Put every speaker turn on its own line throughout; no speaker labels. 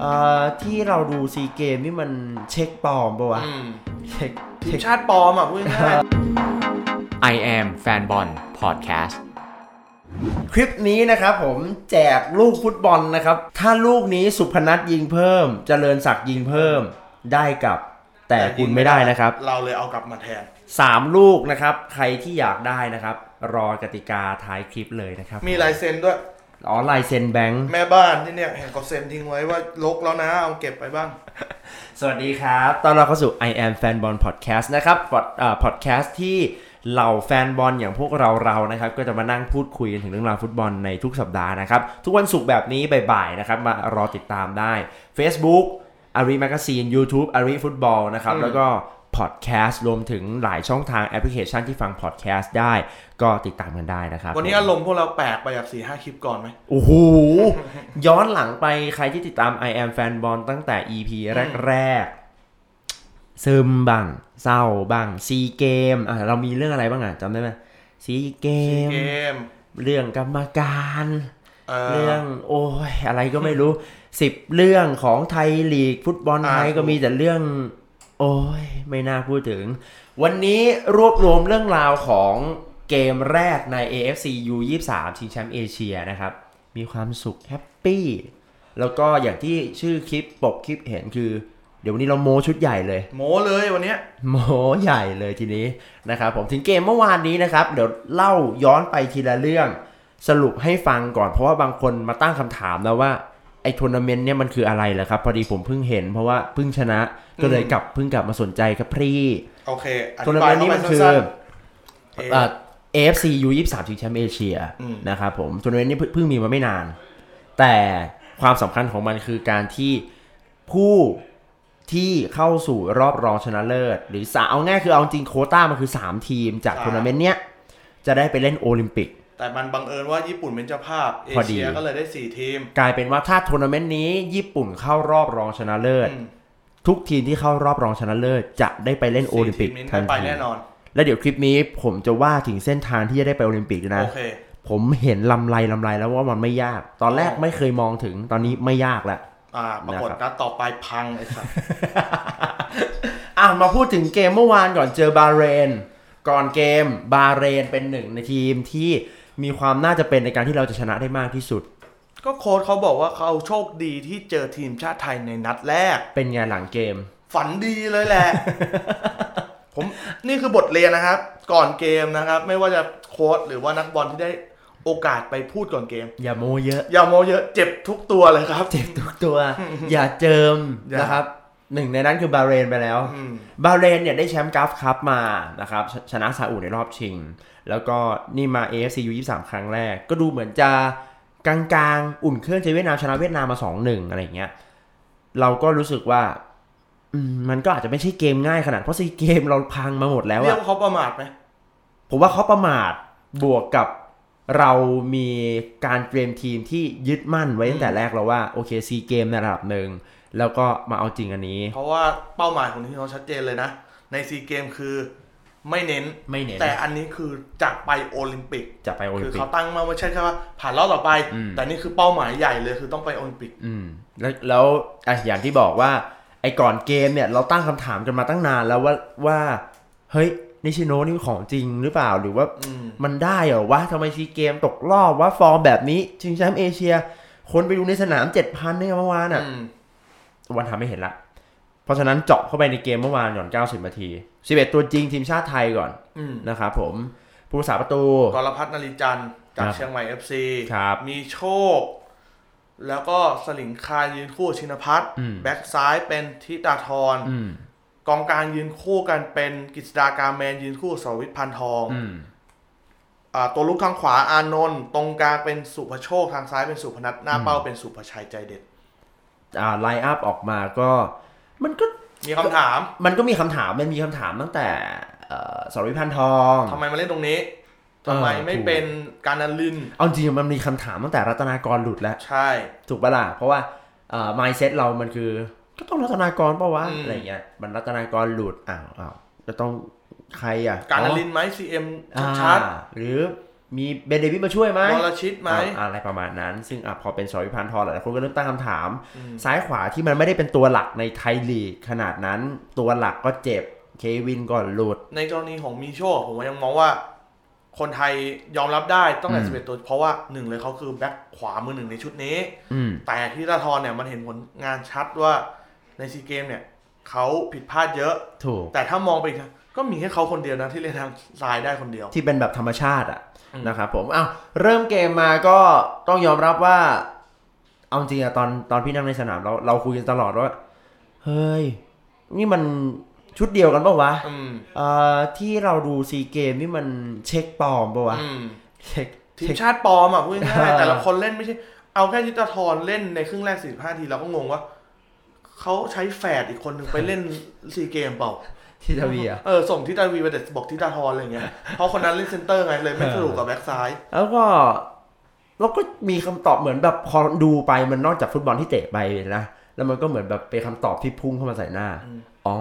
เอ่อที่เราดูซีเกมนี่มันเช็คปลอมปะวะ
อืม
เช็ค
ที
เช็
ม
ค
ชาติปลอมอ่ะพูดง่าย
I am Fanbon Podcast
คลิปนี้นะครับผมแจกลูกฟุตบอลนะครับ ถ้าลูกนี้สุพนัทยิงเพิ่ม เจริญศักดิ์ยิงเพิ่มได้กลับ
ๆ
แต่คุณไม่ได้นะครับ
เราเลยเอากลับมาแทน
สามลูกนะครับ ใครที่อยากได้นะครับ รอกติกาท้ายคลิปเลยนะครับ
มีลายเซ็นด้วย
อ๋อลายเซ็นแบงค์
แม่บ้านที่เนี่ยเห็นเขาเซ็นทิ้งไว้ว่าลกแล้วนะ เอาเก็บไปบ้าง
สวัสดีครับตอนเราเข้าสู่ I am Fanball Podcast นะครับพอดเอ่อพอดแคสต์ที่เหล่าแฟนบอลอย่างพวกเราเรานะครับ ก็จะมานั่งพูดคุยกันถึงเรื่องราวฟุตบอลในทุกสัปดาห์นะครับ ทุกวันศุกร์แบบนี้บ่ายๆนะครับ มารอติดตามได้ Facebook อารีแมกซีน YouTube อารีฟุตบอลนะครับ แล้วก็พอดแคสต์รวมถึงหลายช่องทางแอปพลิเคชันที่ฟังพอดแคสต์ได้ ก็ติดตามกันได้นะครับ
วันนี้อารมณ์พวกเราแปลกไปแบบสี่ห้าคลิปก่อนไหม
โอ้โห ย้อนหลังไปใครที่ติดตาม I am Fanball ตั้งแต่ EP แรกๆ ซึมบ้าง เศร้าบ้างซีเกมอ่ะเรามีเรื่องอะไรบ้างอ่ะจำได้ไหมซีเกม
เกม
เรื่องกรรมการ
เอ่อ
เรื่องโอ้ยอะไรก็ไม่รู้สิบเรื่องของไทยลีก ฟุตบอลไทย
อ่า
ก็มีแต่เรื่อง โอ้ยไม่น่าพูดถึง วันนี้รวบรวมเรื่องราวของเกมแรกใน AFC U23 ชิงแชมป์เอเชียนะครับ มีความสุขแฮปปี้แล้วก็อย่างที่ชื่อคลิปปกคลิปเห็นคือ เดี๋ยววันนี้เราโมชุดใหญ่เลย
โมเลยวันเนี้ย
โมใหญ่เลยทีนี้นะครับผมถึงเกมเมื่อวานนี้นะครับ เดี๋ยวเล่าย้อนไปทีละเรื่อง สรุปให้ฟังก่อนเพราะว่าบางคนมาตั้งคำถามแล้วว่าไอ้ทัวร์นาเมนต์เนี่ยมันคืออะไรเหรอครับ พอดีผมเพิ่งเห็นเพราะว่าเพิ่งชนะก็เลยกลับเพิ่งกลับมาสนใจครับพี่
โอเคอ
ทัวร์
ธิ
นา
บา
เมนต์
ยเข้า
นี้
ไป
มันคือ
สั้นๆเอ
เอ่อ AFC U23 ชิงแชมป์เอเชีย
อืม
นะครับผมทัวร์นาเมนต์นี้เพิ่งเพิ่งมีมาไม่นาน แต่ความสำคัญของมันคือการที่ผู้ที่เข้าสู่รอบรองชนะเลิศ หรือสาเอาง่ายคือเอาจริงโควต้ามันคือ 3 ทีมจาก
ใช่
ทัวร์นาเมนต์เนี้ย จะได้ไปเล่นโอลิมปิก
แต่มันบังเอิญว่าญี่ปุ่นเป็นเจ้าภาพ เอ
พอดี
เชียก็เลยได้ 4 ทีม
กลายเป็นว่าถ้าทัวร์นาเมนต์นี้ญี่ปุ่นเข้ารอบรองชนะเลิศ
อืม
ทุกทีมที่เข้ารอบรองชนะเลิศ จะได้ไปเล่นโอ
สี่
ลิม
ที
ปิก
มนี้
ทั
ได้
น
ไป
ที
แน่นอน
แล้วเดี๋ยวคลิปนี้ผมจะว่าถึงเส้นทางที่จะได้ไปโอลิมปิกด้วยนะ
โอเค
ผมเห็นลำไรลำไรแล้วว่ามันไม่ยาก ตอนแรก
อ๋อ
ไม่เคยมองถึงตอนนี้ไม่ยากแล้ว
อ่า ปรากฏนัดต่อไปพังไอ้สัส
อ่ะมาพูดถึงเกมเมื่อวานก่อนเจอบาห์เรน ก่อนเกมบาห์เรนเป็นหนึ่งในทีมที่มีความน่าจะเป็นในการที่เราจะชนะได้มากที่สุด
ก็โค้ชเขาบอกว่าเขาโชคดีที่เจอทีมชาติไทยในนัดแรก
เป็นไงหลังเกม
ฝันดีเลย แหละ ผมนี่คือบทเรียนนะครับ ก่อนเกมนะครับ ไม่ว่าจะโค้ชหรือว่านักบอลที่ได้โอกาสไปพูดก่อนเกม
อย่าโมเยอะ
อย่าโมเยอะเจ็บทุกตัวเลยครับ
เจ็บทุกตัว อย่าเจิม
อย่าน
นะครับหนึ่งในนั้นคือบาห์เรนไปแล้ว
อืม
บาห์เรนเนี่ยได้แชมป์กราฟคัพมานะครับชชนะซาอุในรอบชิง แล้วก็นี่มา AFC U23 ครั้งแรก ก็ดูเหมือนจะกลางๆ อุ่นเครื่องเจอเวียดนามชนะเวียดนามมา 2-1 อะไรอย่างเงี้ยเราก็รู้สึกว่าอืมมันก็อาจจะไม่ใช่เกมง่ายขนาด เพราะซีเกมเราพังมาหมดแล้ว
เรียก
อะ
ว่าเขาประมาทไหม
ผมว่าเขาประมาทบวกกับเรามีการเตรียมทีมที่ยึดมั่นไว้ตั้งแต่แรกแล้วว่าโอเคซีเกมในระดับหนึ่งแล้วก็มาเอาจริงอันนี้
เพราะว่าเป้าหมายของทีมเขาชัดเจนเลยนะ ในซีเกมคือไม่เน้น
ไม่เน้น
แต่อันนี้คือจะไปโอลิมปิก
จะไปโอลิ
คื
ม
อ
ปิก
เขาตั้งมาว่าใช่แค่ว่าผ่านรอบต่อไป
อืม
แต่นี่คือเป้าหมายใหญ่เลยคือต้องไปโอลิมปิก
อืมแล้วแล้วอ่ะอย่างที่บอกว่าไอ้ก่อนเกมเนี่ยเราตั้งคำถามกันมาตั้งนานแล้วว่าว่าเฮ้ยนิชิโนะนี่ของจริงหรือเปล่าหรือว่า
อืม
มันได้เหรอวะทำไมซีเกมตกรอบวะฟอร์มแบบนี้ชิงแชมป์เอเชีย คนไปดูในสนามเจ็ดพันเนี่ยเมื่อวานอ่ะ
อืม
วันทำไม่เห็นละ เพราะฉะนั้นเจาะเข้าไปในเกมเมื่อวานก่อน 90 นาที 11 ตัวจริงทีมชาติไทยก่อน
อืม
นะครับผมผู้รักษาประตู
กรพัฒน์นริจันทร์จาก
ครับ
เชียงใหม่เอฟซี
ครับ
มีโชค แล้วก็สลิงคายยืนคู่ชินพัฒน์แบ็กซ้ายเป็นธิดาธร
อืม
กองกลางยืนคู่กันเป็นกฤษดากาแมนยืนคู่สรวิทย์พันทอง
อืม
อ่าตัวลุกทางขวาอานนท์ตรงกลางเป็นสุภโชคทางซ้ายเป็นสุพนัทหน้าเป้าเป็นสุภชัยใจเด็ด
อ่าไลน์อัพออกมาก็มันก็
มีคำถาม
มันก็มีคำถาม มันมีคำถามตั้งแต่เอ่อสรวิพันธ์ทอง
ทำไมมาเล่นตรงนี้ทำไมไม่เป็นการนันลิน
เอาจริงๆมันมีคำถามตั้งแต่รัตนากรหลุดแล้ว
ใช่
ถูกปะล่ะ เพราะว่าเอ่อ mindset เรามันคือ ก็ต้องรัตนากรเปล่าวะ
อืม
อะไรเงี้ย มันรัตนากรหลุด อ้าวอ้าวจะต้องใครอ่ะ
การนัน
อ๋อ
ลินไหมซีเอ็ม
อ่า
ชัด
หรือ มีเบนเดวิดมาช่วยไหม
วรชิตไหม
อ่าอะไรประมาณนั้น ซึ่งอ่ะพอเป็นสรวิพันธ์ทรหลายๆคนก็เริ่มตั้งคำถาม
อืม
ซ้ายขวาที่มันไม่ได้เป็นตัวหลักในไทยลีกขนาดนั้น ตัวหลักก็เจ็บเควินก่อนหลุด
ในกรณีของมีโชคผมยังมองว่า คนไทยยอมรับได้ตั้งแต่
อืม
สิบเอ็ดตัว เพราะว่าหนึ่งเลยเขาคือแบ็คขวามือหนึ่งในชุดนี้
อืม
แต่ที่ตาทรเนี่ยมันเห็นผลงานชัดว่าในซีเกมเนี่ยเขาผิดพลาดเยอะ
ถูก
แต่ถ้ามองไปอีกนะก็มีแค่เขาคนเดียวนะที่เล่นทางซ้ายได้คนเดียว
ที่เป็นแบบธรรมชาติอ่ะ
อืม
นะครับผมเอาวเริ่มเกมมาก็ต้องยอมรับว่า เอาจริงอะตอนตอนพี่นั่งในสนามเราเราคุยกันตลอดว่า เฮ้ย นี่มันชุดเดียวกันปะวะ
อืม
เอ่อที่เราดูซีเกมนี่มันเช็คปลอมปะวะ
อืม
เช็ค
ที
เช็
ม
ค
ชาติปลอมอ่ะพูดง่าย
เออ
ๆแต่ละคนเล่นไม่ใช่ เอาแค่ทิตาทรเล่นในครึ่งแรกสี่ห้าทีเราก็งงว่าเขาใช้แฝดอีกคนหนึ่งไปเล่นซีเกมเปล่า
ที่ทวีอะ
เออส่งทิตาวีไปแต่บอกทิตาทรอะไรเงี้ย เพราะคนนั้นเล่นเซนเตอร์ไงเลยไม่สะดวกกับแบ็กซ้าย
แล้วก็แล้วก็มีคำตอบเหมือนแบบพอดูไปมันนอกจากฟุตบอลที่เตะไปนะแล้วมันก็เหมือนแบบเป็นคำตอบที่พุ่งเข้ามาใส่หน้า
อืม
อ๋อ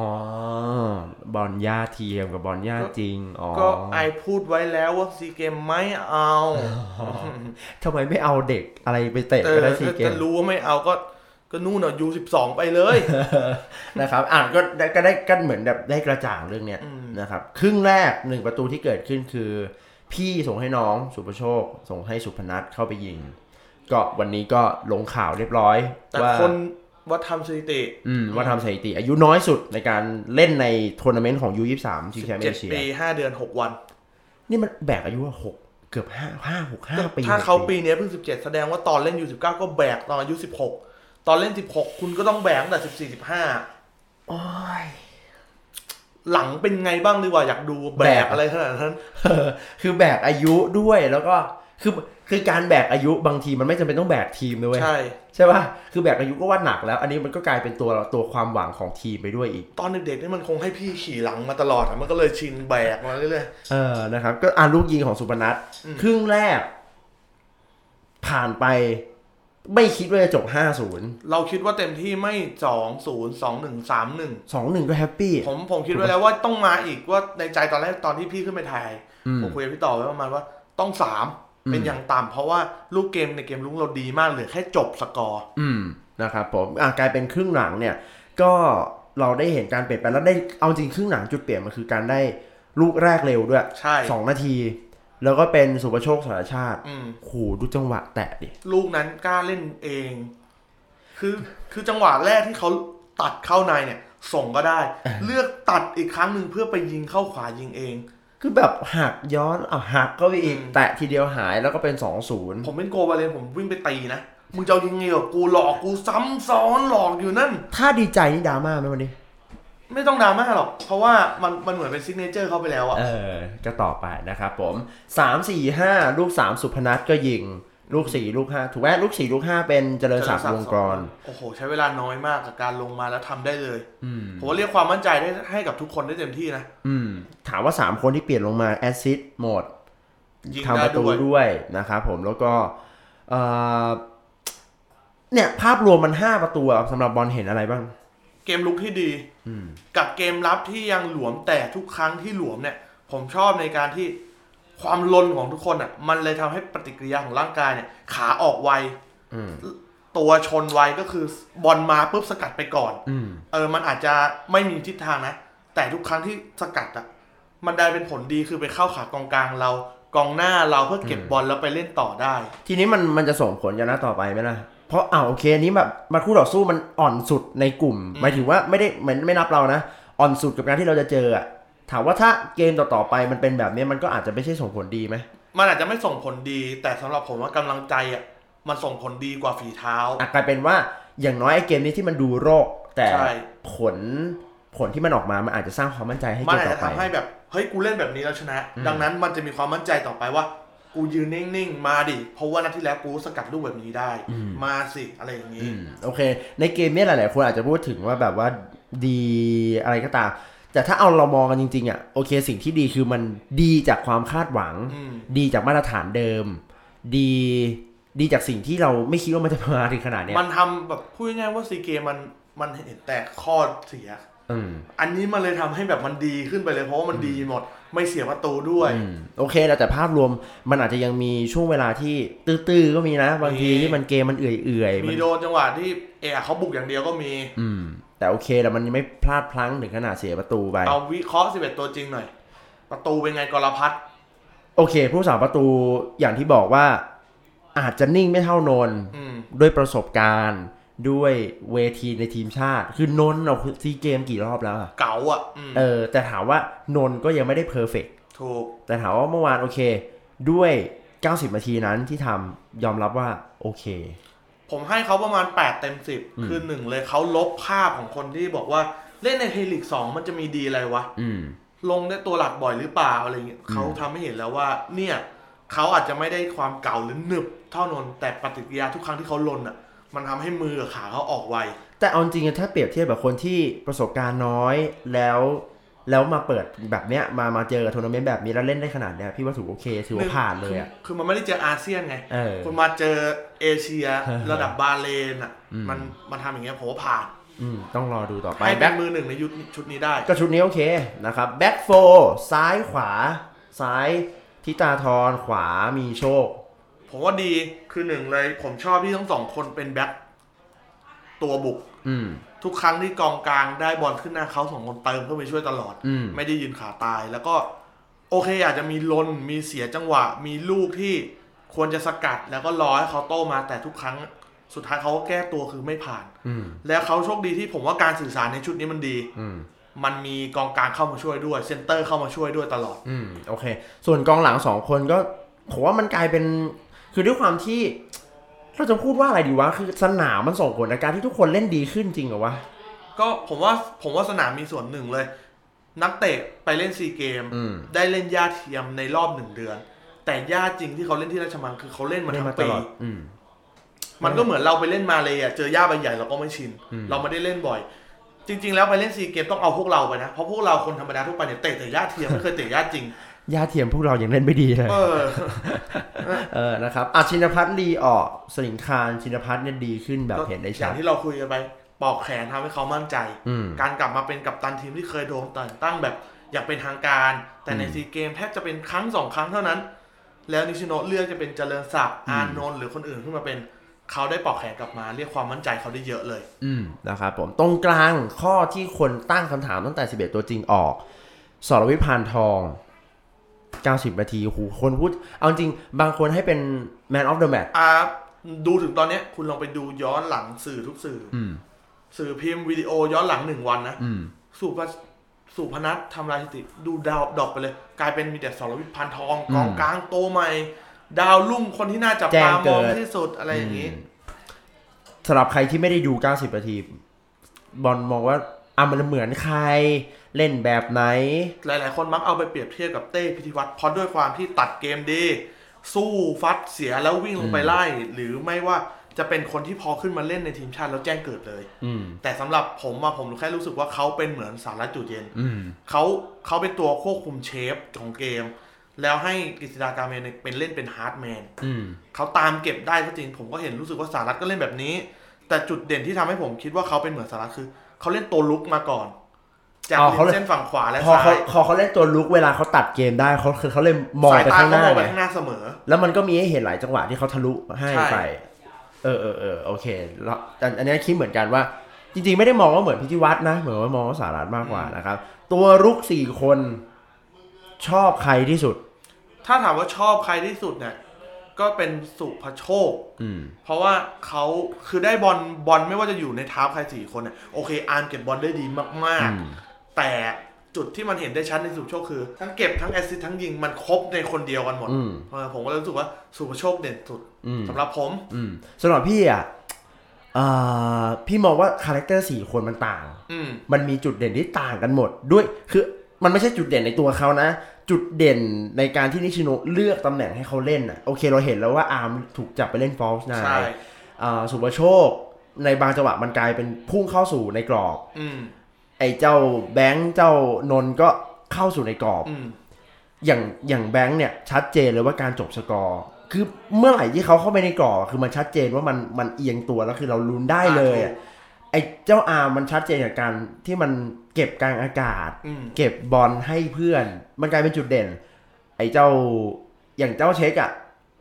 บอลย่าเทียมกับบอลย่าจริงอ๋อ
ก็ไอพูดไว้แล้วว่าซีเกมไม่ เอา
ทำไมไม่เอาเด็กอะไรไปเตะ
เอ
ไป
อ
ได้สี่เก
จะ
ม
รู้ว่าไม่เอาก็ก็นู่นอ่ะยูสิบสองไป เลย
นะครับอ่านก็ได้ก็ได้ก็เหมือนแบบได้กระจ่างเรื่องเนี้ย
อืม
นะครับครึ่งแรกหนึ่งประตูที่เกิดขึ้นคือ พี่ส่งให้น้องสุประโชค ส่งให้สุพนัทเข้าไปยิง ก็วันนี้ก็ลงข่าวเรียบร้อย
แต่
ว่า
คนวัดทำสถิติ
อืมว่าทำสถิติ อายุน้อยสุดในการเล่นในทัวร์นาเมนต์ของ U23 ชิงแชมป์
เจ็
เอ
ด
เชีย
ปีห้าเดือนหกวัน
นี่มันแบกอายุว่าหกเกือบห้าห้าหกห้าปี
ถ้าเขา
หก
ปีเนี้ยเพิ่งสิบเจ็ดแสดงว่าตอนเล่นยูสิบเก้าก็แบกตอนอายุสิบหกตอนเล่นสิบหกคุณก็ต้องแบกตั้งแต่สิบสี่สิบห้า
โอ้ย
หลังเป็นไงบ้างดีกว่าอยากดูแบ
แบก
กอะไรขนาดนั้น
เออคือแบกอายุด้วยแล้วก็คือคือการแบกอายุบางทีมันไม่จำเป็นต้องแบกทีมด้วย
ใช่
ใช่ป่ะคือแบกอายุก็ว่าหนักแล้ว อันนี้มันก็กลายเป็นตัวตัวความหวังของทีมไปด้วยอีก
ตอนเด็กๆนี่มันคงให้พี่ขี่หลังมาตลอดอะมันก็เลยชินแบกมาเรื่อย
เออนะครับ ก็อ่านลูกยิงของสุพนัท
อืม
ครึ่งแรก ผ่านไป ไม่คิดว่าจะจบ 5 0
ๆ เราคิดว่าเต็มที่ไม่สองศูนย์สองหนึ่งสามหนึ่ง
2 1 ก็แฮปปี้
ผมผมคิดไว้แล้วว่าต้องมาอีกว่าในใจตอนแรกตอนที่พี่ขึ้นไปถ่าย
อืม
ผมคุยกับพี่ต่อไว้ประมาณว่าต้องสาม
อืม
เป็นอย่างต่ำเพราะว่าลูกเกมในเกมลุกเราดีมากเหลือแค่จบสกอร์
อืมนะครับผมอ่ะกลายเป็นครึ่งหลังเนี่ย ก็เราได้เห็นการเปลี่ยนแปลงแล้วได้เอาจริงครึ่งหลังจุดเปลี่ยนมันคือการได้ลูกแรกเร็วด้วย
ใช่
สองนาที แล้วก็เป็นสุประโชคสารชาติ
อืม
โหดูจังหวะแตะดิ
ลูกนั้นกล้าเล่นเอง คือคือจังหวะแรกที่เขาตัดเข้าในเนี่ย ส่งก็ได้ เลือกตัดอีกครั้งหนึ่งเพื่อไปยิงเข้าขวายิงเอง
คือแบบหักย้อนเอาหักก็ไปอีก
อืม
แตะทีเดียวหายแล้วก็เป็น 2 0
ผมเป็นโกบาเลนผมวิ่งไปตีนะ มึงจะเอายังไงกับกูหลอกกูซ้ำซ้อนหลอกอยู่นั่น
ถ้าดีใจนี่ดราม่าไหมวันนี้
ไม่ต้องดราม่าหรอก เพราะว่ามันมันเหมือนเป็นซิกเนเจอร์เขาไปแล้วอะ
เออ ก็ต่อไปนะครับผม 3 4 5 ลูก 3 สุพนัทก็ยิง ลูก 4 ลูก 5 ถูกไหมลูก 4 ลูก 5 เป็นเจริญศักดิ์วงกร
โอ้โห ใช้เวลาน้อยมากกับการลงมาแล้วทำได้เลย
อืม
ผมว่าเรียกความมั่นใจได้ให้กับทุกคนได้เต็มที่นะ
อืม ถามว่า 3 คนที่เปลี่ยนลงมาแอซซิดหมด
ยิง
ทำ
ได้
ประตู
ด้วย
ด้วยนะครับผมแล้วก็เอ่อเนี่ยภาพรวมมัน 5 ประตูอะสำหรับบอลเห็นอะไรบ้าง
เกมลุกที่ดี
อืม
กับเกมรับที่ยังหลวมแต่ทุกครั้งที่หลวมเนี่ย ผมชอบในการที่ความลนของทุกคนอะ่ะ มันเลยทำให้ปฏิกิริยาของร่างกายเนี่ย ขาออกไว
อืม
ตัวชนไวก็คือบอลมาปุ๊บสกัดไปก่อน
อืม
เออ มันอาจจะไม่มีทิศทางนะ แต่ทุกครั้งที่สกัดอะมันได้เป็นผลดีคือไปเข้าขากองกลางเรา กองหน้าเราเพื่อเก็บบอลแล้วไปเล่นต่อได้
ทีนี้มันมันจะส่งผลกันนะต่อไปไหมล่ะ เพราะอ่าโอเคอันนี้แบบมาคู่ต่อสู้มันอ่อนสุดในกลุ่มหมายถึงว่าไม่ได้เหมือนไม่นับเรานะ อ่อนสุดกับการที่เราจะเจออะถามว่าถ้าเกมต่อๆไปมันเป็นแบบนี้มันก็อาจจะไม่ใช่ส่งผลดีไหม
มันอาจจะไม่ส่งผลดี แต่สำหรับผมว่ากำลังใจอะมันส่งผลดีกว่าฝีเท้า
อ่ะกลายเป็นว่าอย่างน้อยไอ้เกมนี้ที่มันดูโรค แต่
ใช่
ผลผลที่มันออกมามันอาจจะสร้างความมั่นใจให้
มั
เกม
นอาจ
ต่อ
จะ
ไป
ทำให้แบบ เฮ้ย กูเล่นแบบนี้แล้วชนะ ดังนั้นมันจะมีความมั่นใจต่อไปว่า กูยืนนิ่งๆ มาดิ เพราะว่านัดที่แล้วกูสกัดลูกแบบนี้ได้ มาสิอะไรอย่างนี้
อืมโอเค ในเกมเนี้หลาย ๆ คนอาจจะพูดถึงว่าแบบว่าดีอะไรก็ตาม แต่ถ้าเอาเรามองกันจริง ๆ อ่ะ โอเค สิ่งที่ดีคือมันดีจากความคาดหวัง
อืม
ดีจากมาตรฐานเดิม ดีดีจากสิ่งที่เราไม่คิดว่ามันจะมาถึงขนาดเนี้ย
มันทำแบบพูดง่ายๆว่าซีเกมมันมันเห็นแต่ข้อเสีย
อืม
อันนี้มันเลยทำให้แบบมันดีขึ้นไปเลยเพราะว่ามันดีหมด ไม่เสียประตูด้วย
อืมโอเคแล้วแต่ภาพรวมมันอาจจะยังมีช่วงเวลาที่ตื้อๆก็มีนะ บางที
มี
ที่มันเกมมันเอื่อยๆมั
มี
น
โดนจังหวะที่เอะเขาบุกอย่างเดียวก็มี
อืม แต่โอเคแต่มันยังไม่พลาดพลั้งถึงขนาดเสียประตูไป
เอาวิเคราะห์11ตัวจริงหน่อย ประตูเป็นไงกรพัฒน์
โอเค ผู้สาวประตูอย่างที่บอกว่าอาจจะนิ่งไม่เท่านนท์
อืม
ด้วยประสบการณ์ ด้วยเวทีในทีมชาติ คือนนท์เราซีเกมกี่รอบแล้วอะ
เก๋าอ่ะอืม
เออ แต่ถามว่านนท์ก็ยังไม่ได้เพอร์เฟกต์
ถูก
แต่ถามว่าเมื่อวานโอเค ด้วย 90 นาทีนั้นที่ทำยอมรับว่าโอเค
ผมให้เขาประมาณ 8 เต็ม 10 คือหนึ่งเลยเขาลบภาพของคนที่บอกว่าเล่นในเทลิกสองมันจะมีดีอะไรวะ
อืม
ลงได้ตัวหลักบ่อยหรือเปล่าอะไรเงี้ยเขาทำให้เห็นแล้วว่า เนี่ยเขาอาจจะไม่ได้ความเก่าหรือหนึบเท่านนท์แต่ปฏิกิริยาทุกครั้งที่เขาลนอ่ะ มันทำให้มือกับขาเขาออกไว
แต่เอาจริงๆถ้าเปรียบเทียบแบบคนที่ประสบการณ์น้อยแล้ว แล้วมาเปิดแบบเนี้ยมามาเจอกับทัวร์นาเมนต์แบบนี้แล้วเล่นได้ขนาดเนี้ยพี่ว่าถือโอเคถือว่าผ่านเลยอ่ะ
คือมันไม่ได้เจออาเซียนไง
เออ
คุณมาเจอเอเชีย
เออ
ระดับบาเลนอ่ะ
อืม
มันมันทำอย่างเงี้ยผมว่าผ่าน
อืมต้องรอดูต่อไป
ให้เป็
แบ็
น
ค
มือหนึ่งในยุคชุดนี้ได้
ก็ชุดนี้โอเคนะครับแบ็คโฟซ้ายขวา ซ้ายทิตาทรขวามีโชค
ผมว่าดีคือหนึ่งเลย ผมชอบที่ทั้งสองคนเป็นแบ็คตัวบุก
อืม
ทุกครั้งที่กองกลางได้บอลขึ้นหน้าเขาสองคนเติมเข้าไปช่วยตลอด
อืม
ไม่ได้ยืนขาตายแล้วก็ โอเคอาจจะมีลนมีเสียจังหวะ มีลูกที่ควรจะสกัดแล้วก็รอให้เขาโต้มาแต่ทุกครั้ง สุดท้ายเขาก็แก้ตัวคือไม่ผ่าน
อืม
แล้วเขาโชคดีที่ผมว่าการสื่อสารในชุดนี้มันดี
อืม
มันมีกองกลางเข้ามาช่วยด้วยเซนเตอร์เข้ามาช่วยด้วยตลอด
อืมโอเค ส่วนกองหลังสองคนก็ผมว่ามันกลายเป็น คือด้วยความที่ เราจะพูดว่าอะไรดีวะ คือสนามมันส่งผลในการที่ทุกคนเล่นดีขึ้นจริงเหรอวะ
ก็ผมว่าผมว่าสนามมีส่วนหนึ่งเลย นักเตะไปเล่นซีเกม
อืม
ได้เล่นหญ้าเทียมในรอบหนึ่งเดือน แต่หญ้าจริงที่เขาเล่นที่ราชมังคือเขาเล่นมา
เล่น
ทั้ง
มาต
ปี
ลอดอืม
มันก็เหมือนเราไปเล่นมาเลยอ่ะ เจอหญ้าใบใหญ่เราก็ไม่ชิน เราไม่ได้เล่นบ่อย จริง ๆ แล้วไปเล่นซีเกมต้องเอาพวกเราไปนะ เพราะพวกเราคนธรรมดาทั่วไปเนี่ยเตะแต่หญ้าเทียมไม่เคยเตะหญ้าจริง
ยาเทียมพวกเรายังเล่นไม่ดีเลย
เออ
เออ นะครับอาชินพัฒน์ลีออกสลิงคารชินพัฒน์เนี่ยดีขึ้นแบบเห็นได้
อ
ชั
ย่า
ด
งที่เราคุยกันไปปอกแขนทำให้เขามั่นใจ
อืม
การกลับมาเป็นกัปตันทีมที่เคยโดนแต่งตั้งแบบอยากเป็นทางการ แต่ใน
อืม
ซีเกมแทบจะเป็นครั้งสองครั้งเท่านั้น แล้วนิชิโนะเลือกจะเป็นเจริญศักดิ์
อืม
อานนท์หรือคนอื่นขึ้นมาเป็นเขาได้ปอกแขนกลับมา เรียกความมั่นใจเขาได้เยอะเลย
อืม นะครับผม ตรงกลางข้อที่คนตั้งคำถามตั้งแต่ 11 ตัวจริงออก สรวิพานทอง 90 นาทีโอ้โหคนพูด เอาจริง บางคนให้เป็น Man of the Match
อ่าดูถึงตอนเนี้ยคุณลองไปดูย้อนหลังสื่อทุกสื่ออ
อืม
สื่อพิมพ์วิดีโอย้อนหลังหนึ่งวันนะ
อืม
สุภาสุพนัททำลายสถิติดูดาวดรอปไปเลย กลายเป็นมีแต่สรวิทย์พันทองกอง
อืม
กลางโตใหม่ ดาวลุ่มคนที่น่าจับ
แจ้
ตาง มอง
เกิด
ที่สุดอะไรอย่างนี้
สำหรับใครที่ไม่ได้ดู 90 นาที บอลมองว่าอ่ะมันเหมือนใคร เล่นแบบไหน
หลาย ๆ คนมักเอาไปเปรียบเทียบกับเต้พิธีวัตรเพราะด้วยความที่ตัดเกมดี สู้ฟัดเสียแล้ววิ่งลงไปไล่ หรือไม่ว่าจะเป็นคนที่พอขึ้นมาเล่นในทีมชาติแล้วแจ้งเกิดเลย
อืม
แต่สำหรับผมอะผมแค่รู้สึกว่าเขาเป็นเหมือนสาระจุดเย็น
อืม
เขาเขาเป็นตัวควบคุมเชฟของเกม แล้วให้กฤษฎากาเมนเนี่ยเป็นเล่นเป็นฮาร์ดแมน
อืม
เขาตามเก็บได้ก็จริง ผมก็เห็นรู้สึกว่าสารัตก็เล่นแบบนี้ แต่จุดเด่นที่ทำให้ผมคิดว่าเขาเป็นเหมือนสารัตคือ เขาเล่นตัวลุกมาก่อน จาก
อ๋อเขา
ริมเส้นฝั่งขวาและ
พอ
ซ้า
เขา
ย
พอเขาเล่นตัวลุกเวลาเขาตัดเกมได้เขาคือเขาเลยมอง
สาย
ไป
ตา
ข้างห
เขา
น้าม
องไป
ไง
ข้างหน้าเสมอ
แล้วมันก็มีให้เห็นหลายจังหวะที่เขาทะลุให้
ใช่
ไป เออเออเออโอเคแล้วแต่อันนี้คิดเหมือนกันว่า จริงๆ ไม่ได้มองว่าเหมือนพิธีวัตรนะ เหมือนว่ามองว่าสารัฐมากกว่านะครับ ตัวรุกสี่คนชอบใครที่สุด
ถ้าถามว่าชอบใครที่สุดเนี่ย ก็เป็นสุภโชค
อืม
เพราะว่าเขาคือได้บอลบอลไม่ว่าจะอยู่ในเท้าใครสี่คนเนี่ยโอเคอาร์มเก็บบอลได้ดีมาก
อืม
ๆ แต่จุดที่มันเห็นได้ชัดในสุภโชคคือ ทั้งเก็บทั้งแอสซิสต์ทั้งยิงมันครบในคนเดียวกันหมด
อืม
เออผมก็เลยรู้สึกว่าสุภโชคเด่นสุด
อืม
สำหรับผม
อืมสำหรับพี่อ่ะเอ่อพี่มองว่าคาแรคเตอร์สี่คนมันต่าง
อืม
มันมีจุดเด่นที่ต่างกันหมดด้วย คือมันไม่ใช่จุดเด่นในตัวเขานะ จุดเด่นในการที่นิชิโนเลือกตำแหน่งให้เขาเล่นอ่ะ โอเคเราเห็นแล้วว่าอาร์มถูกจับไปเล่นฟอลส์นา
ใช่
ยสุปโชค ในบางจังหวะมันกลายเป็นพุ่งเข้าสู่ในกรอบ
อืม
ไอ้เจ้าแบงค์เจ้านนท์ก็เข้าสู่ในกรอบ
อืม
อย่างอย่างแบงค์เนี่ยชัดเจนเลยว่าการจบสกอร์ คือเมื่อไหร่ที่เขาเข้าไปในกรอบคือมันชัดเจนว่ามันมันเอียงตัวแล้วคือเราลุ้นได้เลยอะ ไอ้เจ้าอาร์มมันชัดเจนกับการที่มันเก็บกลางอากาศ
อืม
เก็บบอลให้เพื่อน มันกลายเป็นจุดเด่น ไอ้เจ้าอย่างเจ้าเช็คอะ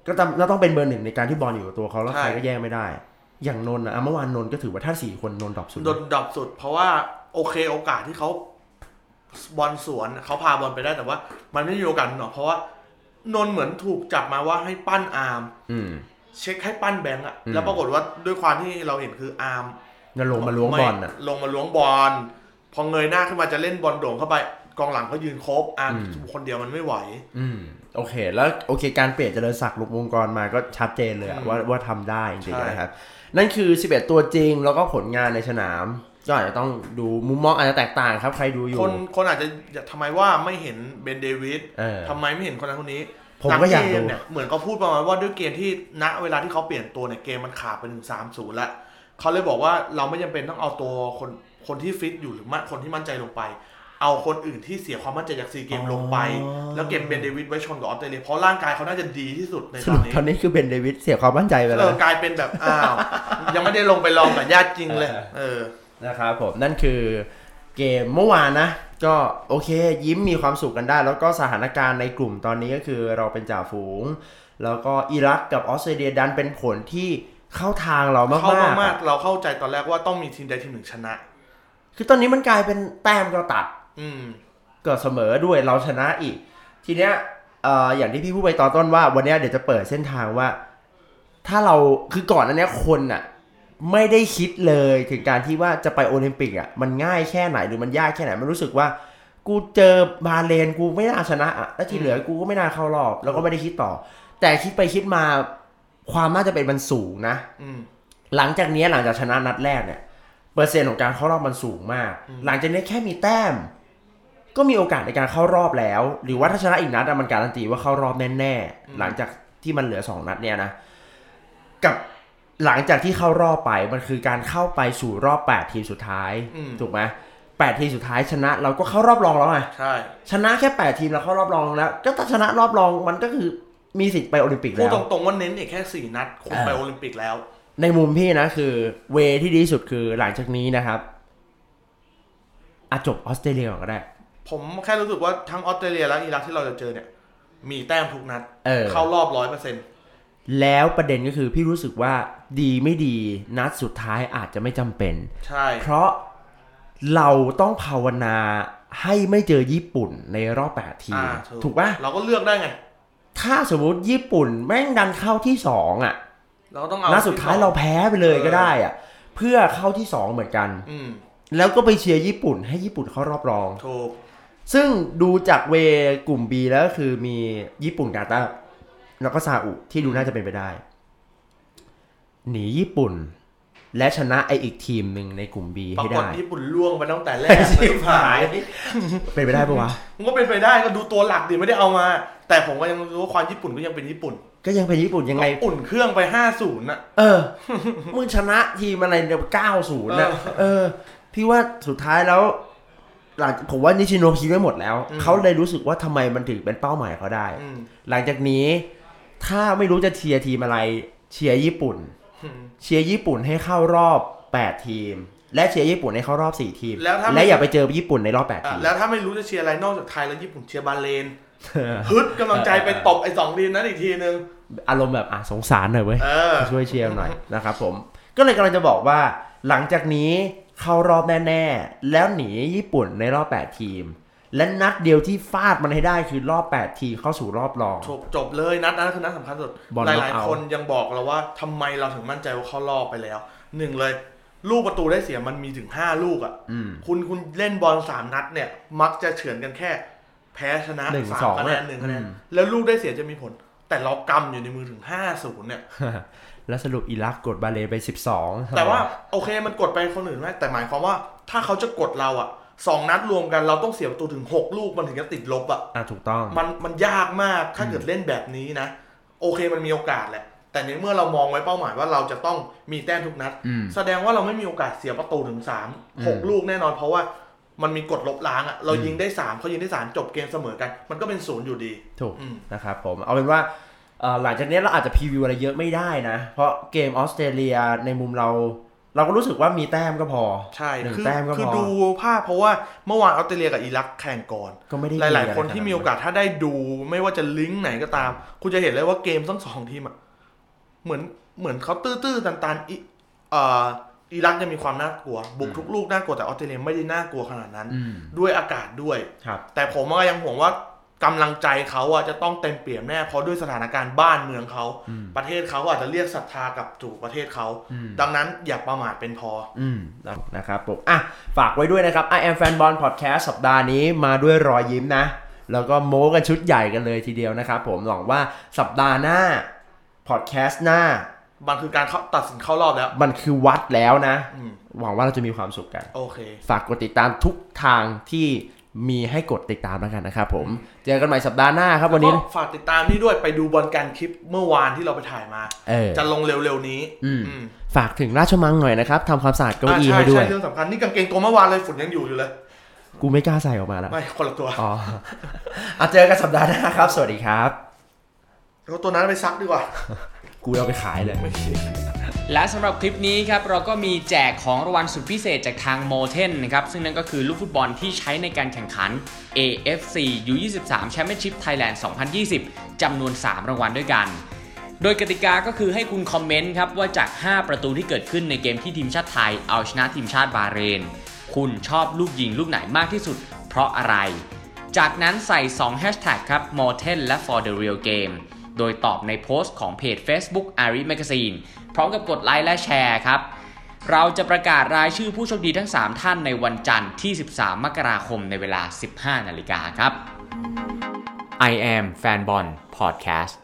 ก็ต้องก็ต้องเป็นเบอร์หนึ่งในการที่บอลอยู่กับตัวเขาแล้ว
ใช่
ใครก็แย่งไม่ได้ อย่างนนท์อะอ่ะเมื่อวานนนท์ก็ถือว่าถ้าสี่คนนนท์ดรอปสุด
โดนดรอปสุด เพราะว่าโอเคโอกาสที่เขาบอลสวนเขาพาบอลไปได้แต่ว่า มันไม่มีโอกาสหรอกเพราะว่านนท์เหมือนถูกจับมาว่าให้ปั้นอาร์ม
อืม
เช็คให้ปั้นแบงค์อะ
อืม
แล้วปรากฏว่าด้วยความที่เราเห็นคืออาร์ม
จะลงมาล้วงบอลอะ
ไม่ลงมาล้วงบอลพอเงยหน้าขึ้นมาจะเล่นบอลโด่งเข้าไปกองหลังเขายืนครบอาร์ม
อืม
คนเดียวมันไม่ไหว
อืมโอเค แล้วโอเคการเปลี่ยนเจริญศักดิ์ลุกวงกรมาก็ชัดเจนเลยอะ
อืม
ว่าว่าทำได้จริง
ใช่
ๆนะครับ นั่นคือ 11 ตัวจริงแล้วก็ผลงานในสนาม ก็อาจจะต้องดูมุมมองอาจจะแตกต่างครับ ใครดูอยู่
คนคนอาจจะอยากทำไมว่าไม่เห็นเบนเดวิด
เออ
ทำไมไม่เห็นคนนั้นคนนี้
ผมก็อยาก
หลังเม
ดู
เนี่ยเหมือนเขาพูดประมาณว่าด้วยเกมที่ณเวลาที่เขาเปลี่ยนตัวเนี่ยเกมมันขาดไปถึงสามศูนย์ละเขาเลยบอกว่าเราไม่จำเป็นต้องเอาตัวคนคนที่ฟิตอยู่หรือมาคนที่มั่นใจลงไป เอาคนอื่นที่เสียความมั่นใจจากซีเกมลงไป แล้วเก็บเบนเดวิดไว้ชนกับออสเตรเลียเพราะร่างกายเขาน่าจะดีที่สุดใน
ส
ตอ
รุ
น
ป
นี้
ตอนนี้คือเบนเดวิดเสียความมั่นใจไป
เอ
แล้ว
อกลายเป็นแบบอ้าวยังไม่ได้ลงไปลองกับญาติจริงเลยเออ
นะครับผมนั่นคือเกมเมื่อวานนะ ก็โอเคยิ้มมีความสุขกันได้ แล้วก็สถานการณ์ในกลุ่มตอนนี้ก็คือเราเป็นจ่าฝูง แล้วก็อิรักกับออสเตรเลียดันเป็นผลที่เข้าทางเรามาก
เข้า
ๆ
มาก
อะ
ๆเราเข้าใจตอนแรกว่าต้องมีทีมใดทีมหนึ่งชนะ
คือตอนนี้มันกลายเป็นแต้มก็ตัด
อืม
ก็เสมอด้วยเราชนะอีก ทีเนี้ยเอ่ออย่างที่พี่พูดไปตอนต้นว่าวันเนี้ยเดี๋ยวจะเปิดเส้นทางว่า ถ้าเราคือก่อนอันเนี้ยคนอ่ะไม่ได้คิดเลยถึงการที่ว่าจะไปโอลิมปิกอ่ะมันง่ายแค่ไหนหรือมันยากแค่ไหนมันรู้สึกว่า กูเจอบาเลนกูไม่น่าชนะอ่ะแล้วที่เหลือกูก็ไม่น่าเข้ารอบ แล้วก็ไม่ได้คิดต่อ แต่คิดไปคิดมาความน่าจะเป็นมันสูงนะ
อืม
หลังจากเนี้ยหลังจากชนะนัดแรกเนี่ยเปอร์เซ็นต์ของการเข้ารอบมันสูงมาก
อืม
หลังจากนี้แค่มีแต้ม ก็มีโอกาสในการเข้ารอบแล้ว หรือว่าถ้าชนะอีกนัดอะมันการันตีว่าเข้ารอบแน่ๆหลังจากที่มันเหลือสองนัดเนี่ยนะกับหลังจากที่เข้ารอบไปมันคือการเข้าไปสู่รอบแปดทีมสุดท้าย
อืม
ถูกไหมแปดทีมสุดท้ายชนะ เราก็เข้ารอบรองแล้วไง
ใช่
ชนะแค่แปดทีมเราเข้ารอบรองแล้ว ก็ถ้าชนะรอบรองมันก็คือมีสิทธิ์ไปโอลิมปิก
พู
แล้
ด
ว
ตรงๆว่าเน้นอีกแค่สี่นัดคงไป
อ่า
โอลิมปิกแล้ว
ในมุมพี่นะคือเวที่ดีที่สุดคือหลังจากนี้นะครับอาจจบออสเตรเลียก่อนก็ได้
ผมแค่รู้สึกว่าทั้งออสเตรเลียและอิรักที่เราจะเจอเนี่ย มีแต้มทุกนัด
เออ
รอบร้อยเปอร์เซ็นต์
แล้วประเด็นก็คือพี่รู้สึกว่าดีไม่ดีนัดสุดท้ายอาจจะไม่จำเป็น
ใช่
เพราะเราต้องภาวนาให้ไม่เจอญี่ปุ่นในรอบแปดทีม
อ่าถู
ถู
ก
กปะ
เราก็เลือกได้ไง
ถ้าสมมติญี่ปุ่นแม่งดันเข้าที่สองอ่ะ
เราก็ต้องเอา
นัดสุดท้ายเราแพ้ไปเลยก็ได้อ่ะเพื่อเข้าที่สองเหมือนกัน
อืม
แล้วก็ไปเชียร์ญี่ปุ่น ให้ญี่ปุ่นเข้ารอบรอง
ถูก
ซึ่งดูจากเวกลุ่ม B แล้วก็คือมีญี่ปุ่นกาตาร์แล้วก็ซาอุที่ดูน่าจะเป็นไปได้ หนีญี่ปุ่น และชนะไออีกทีมหนึ่งในกลุ่ม B
ป
ให้
รากฏ
ได้
ญี่ปุ่นล่วงไปตั้งแต่แรก
ไอ้ชิบหาย
เล
เป็นไปได้ปะวะ
มันก็เป็นไปได้ก็ดูตัวหลักดิไม่ได้เอามา แต่ผมก็ยังรู้ว่าความญี่ปุ่นก็ยังเป็นญี่ปุ่น
ก็ยังเป็นญี่ปุ่นยังไง
อุ่นเครื่องไปห้าศูนย์อะ
เออ มึงชนะทีมอะไรเดียวเก้าศูนย์นะเออ พี่ว่าสุดท้ายแล้ว หลังผมว่านิชิโนคิดไว้หมดแล้ว
อืม
เขาเลยรู้สึกว่าทำไมมันถึงเป็นเป้าหมายเขาได้
อืม
หลังจากนี้ ถ้าไม่รู้จะเชียร์ทีมอะไรเชียร์ญี่ปุ่น เชียร์ญี่ปุ่นให้เข้ารอบ 8 ทีม และเชียร์ญี่ปุ่นให้เข้ารอบ 4 ทีม
แล้วถ้า
และอย่าไปเจอญี่ปุ่นในรอบ 8
อ่ะ
ทีม
แล้วถ้าไม่รู้จะเชียร์อะไรนอกจากไทยแล้วญี่ปุ่นเชียร์บาเลน
เออ
ฮึดกำลังใจไปตบไอ้สองทีมนั้นอีกทีนึง
อารมณ์แบบอ่ะสงสารหน่อยเว้ย
เออ
ช่วยเชียร์หน่อยนะครับผม ก็เลยกำลังจะบอกว่า หลังจากนี้เข้ารอบแน่ๆ แล้วหนีญี่ปุ่นในรอบ 8 ทีม และนัดเดียวที่ฟาดมันให้ได้คือรอบ 8 ทีมเข้าสู่รอบรอง
จบจบเลยนัดนั้นคือนัดสำคัญสุด
บอล
หลาย
knock
หลาย
out
คนยังบอกเราว่าทำไมเราถึงมั่นใจว่าเขารอบไปแล้วหนึ่งเลย ลูกประตูได้เสียมันมีถึงห้าลูกอ่ะ
อืม
คุณคุณเล่นบอลสามนัดเนี่ย มักจะเฉือนกันแค่ แพ้ชนะ
หนึ่ง
สาม
สอง
คะแนน
อะ
หนึ่งคะแนน
อืม
แล้วลูกได้เสียจะมีผล แต่เรากำอยู่ในมือถึงห้าศูน ย์เนี่ย
แล้วสรุปอิรักกดบาเลนไป 12
แต่ว่าโอเคมันกดไปคนอื่นไหมแต่หมายความว่าถ้าเขาจะกดเราอ่ะสองนัดรวมกันเราต้องเสียประตูถึงหกลูกมันถึงจะติดลบอ่ะ
อ่ะถูกต้อง
มันมันยากมากถ้าเกิดเล่นแบบนี้นะ โอเคมันมีโอกาสแหละ แต่ในเมื่อเรามองไว้เป้าหมายว่าเราจะต้องมีแต้มทุกนัด
อืม
แสดงว่าเราไม่มีโอกาสเสียประตูถึงสาม
อืม
หกลูกแน่นอนเพราะว่ามันมีกฎลบล้างอะเรายิงได้สามเขายิงได้สามจบเกมเสมอกัน มันก็เป็นศูนย์อยู่ดี
ถูก
อืม
นะครับผมเอาเป็นว่าเอ่อหลังจากนี้เราอาจจะพรีวิวอะไรเยอะไม่ได้นะ เพราะเกมออสเตรเลียในมุมเรา เราก็รู้สึกว่ามีแต้มก็พอ
ใช่
หนึ่ง
คือ
แต้มก็
คือ
พอ
ดูภาพเพราะว่าเมื่อวานออสเตรเลียกับอิรักแข่งก่อน
ก็ไม่ได้
หลา
ดีะ
ยๆ
ไร
คนที่มีโอกาสถ้าได้ดูไม่ว่าจะลิงก์ไหนก็ตาม คุณจะเห็นเลยว่าเกมทั้งสองทีมอะเหมือนเหมือนเขาตื้อๆตันๆอิเอ่ออิรักจะมีความน่ากลัว บุกทุกลูกน่ากลัวแต่ออสเตรเลียไม่ได้น่ากลัวขนาดนั้น
อืม
ด้วยอากาศด้วย
ครับ
แต่ผมก็ยังห่วงว่ากำลังใจเขาอะจะต้องเต็มเปี่ยมแน่เพราะด้วยสถานการณ์บ้านเมืองเขา ประเทศเขาอาจจะเรียกศรัทธากลับถูกประเทศเขา ดังนั้นอย่าประมาทเป็นพอ
อืมนะครับผมอ่ะฝากไว้ด้วยนะครับ I am fan ball podcast สัปดาห์นี้มาด้วยรอยยิ้มนะ แล้วก็โม้กันชุดใหญ่กันเลยทีเดียวนะครับผมหวังว่าสัปดาห์หน้าพอดแคสต์หน้า
มันคือการเข้าตัดสินเข้ารอบแล้ว
มันคือวัดแล้วนะ
อืม
หวังว่าเราจะมีความสุขกัน
โอเค
ฝากกดติดตามทุกทางที่มีให้กดติดตามแล้วกันนะครับผม เจอกันใหม่สัปดาห์หน้าครับวันนี้
ก็ฝากติดตามนี่ด้วยไปดูบอลกันคลิปเมื่อวานที่เราไปถ่ายมา
เออ
จะลงเร็วๆนี้
อืม
อืม
ฝากถึงราชมังหน่อยนะครับทำความสะอาดเก้าอี้
อ่ะ
ให้ด้วย
ใช่เรื่องสำคัญนี่กางเกงตัวเมื่อวานเลยฝุ่นยังอยู่อยู่เลย
กูไม่กล้าใส่ออกมาแล้ว
ไม่คนละตัว
อ๋ออ่ะเจอกันสัปดาห์หน้าครับ สวัสดีครับ
แล้วตัวนั้นไปซักดีกว่า
กูเอาไปขายเลย
และสำหรับคลิปนี้ครับ เราก็มีแจกของรางวัลสุดพิเศษจากทางโมเทนนะครับ ซึ่งนั่นก็คือลูกฟุตบอลที่ใช้ในการแข่งขัน AFC U23 Championship Thailand 2020 จำนวน 3 รางวัลด้วยกัน โดยกติกาก็คือให้คุณคอมเมนต์ครับว่าจาก 5 ประตูที่เกิดขึ้นในเกมที่ทีมชาติไทย เอาชนะทีมชาติบาห์เรน คุณชอบลูกยิงลูกไหนมากที่สุด เพราะอะไร จากนั้นใส่2 hashtag ครับ m o r t e n และ for the real game โดยตอบในโพสต์ของเพจ Facebook a r i Magazine พร้อมกับกดไลค์และแชร์ครับ เราจะประกาศรายชื่อผู้โชคดีทั้ง 3 ท่านในวันจันทร์ที่ 13 มกราคมในเวลา 15 นาฬิกาครับ I am Fanbon Podcast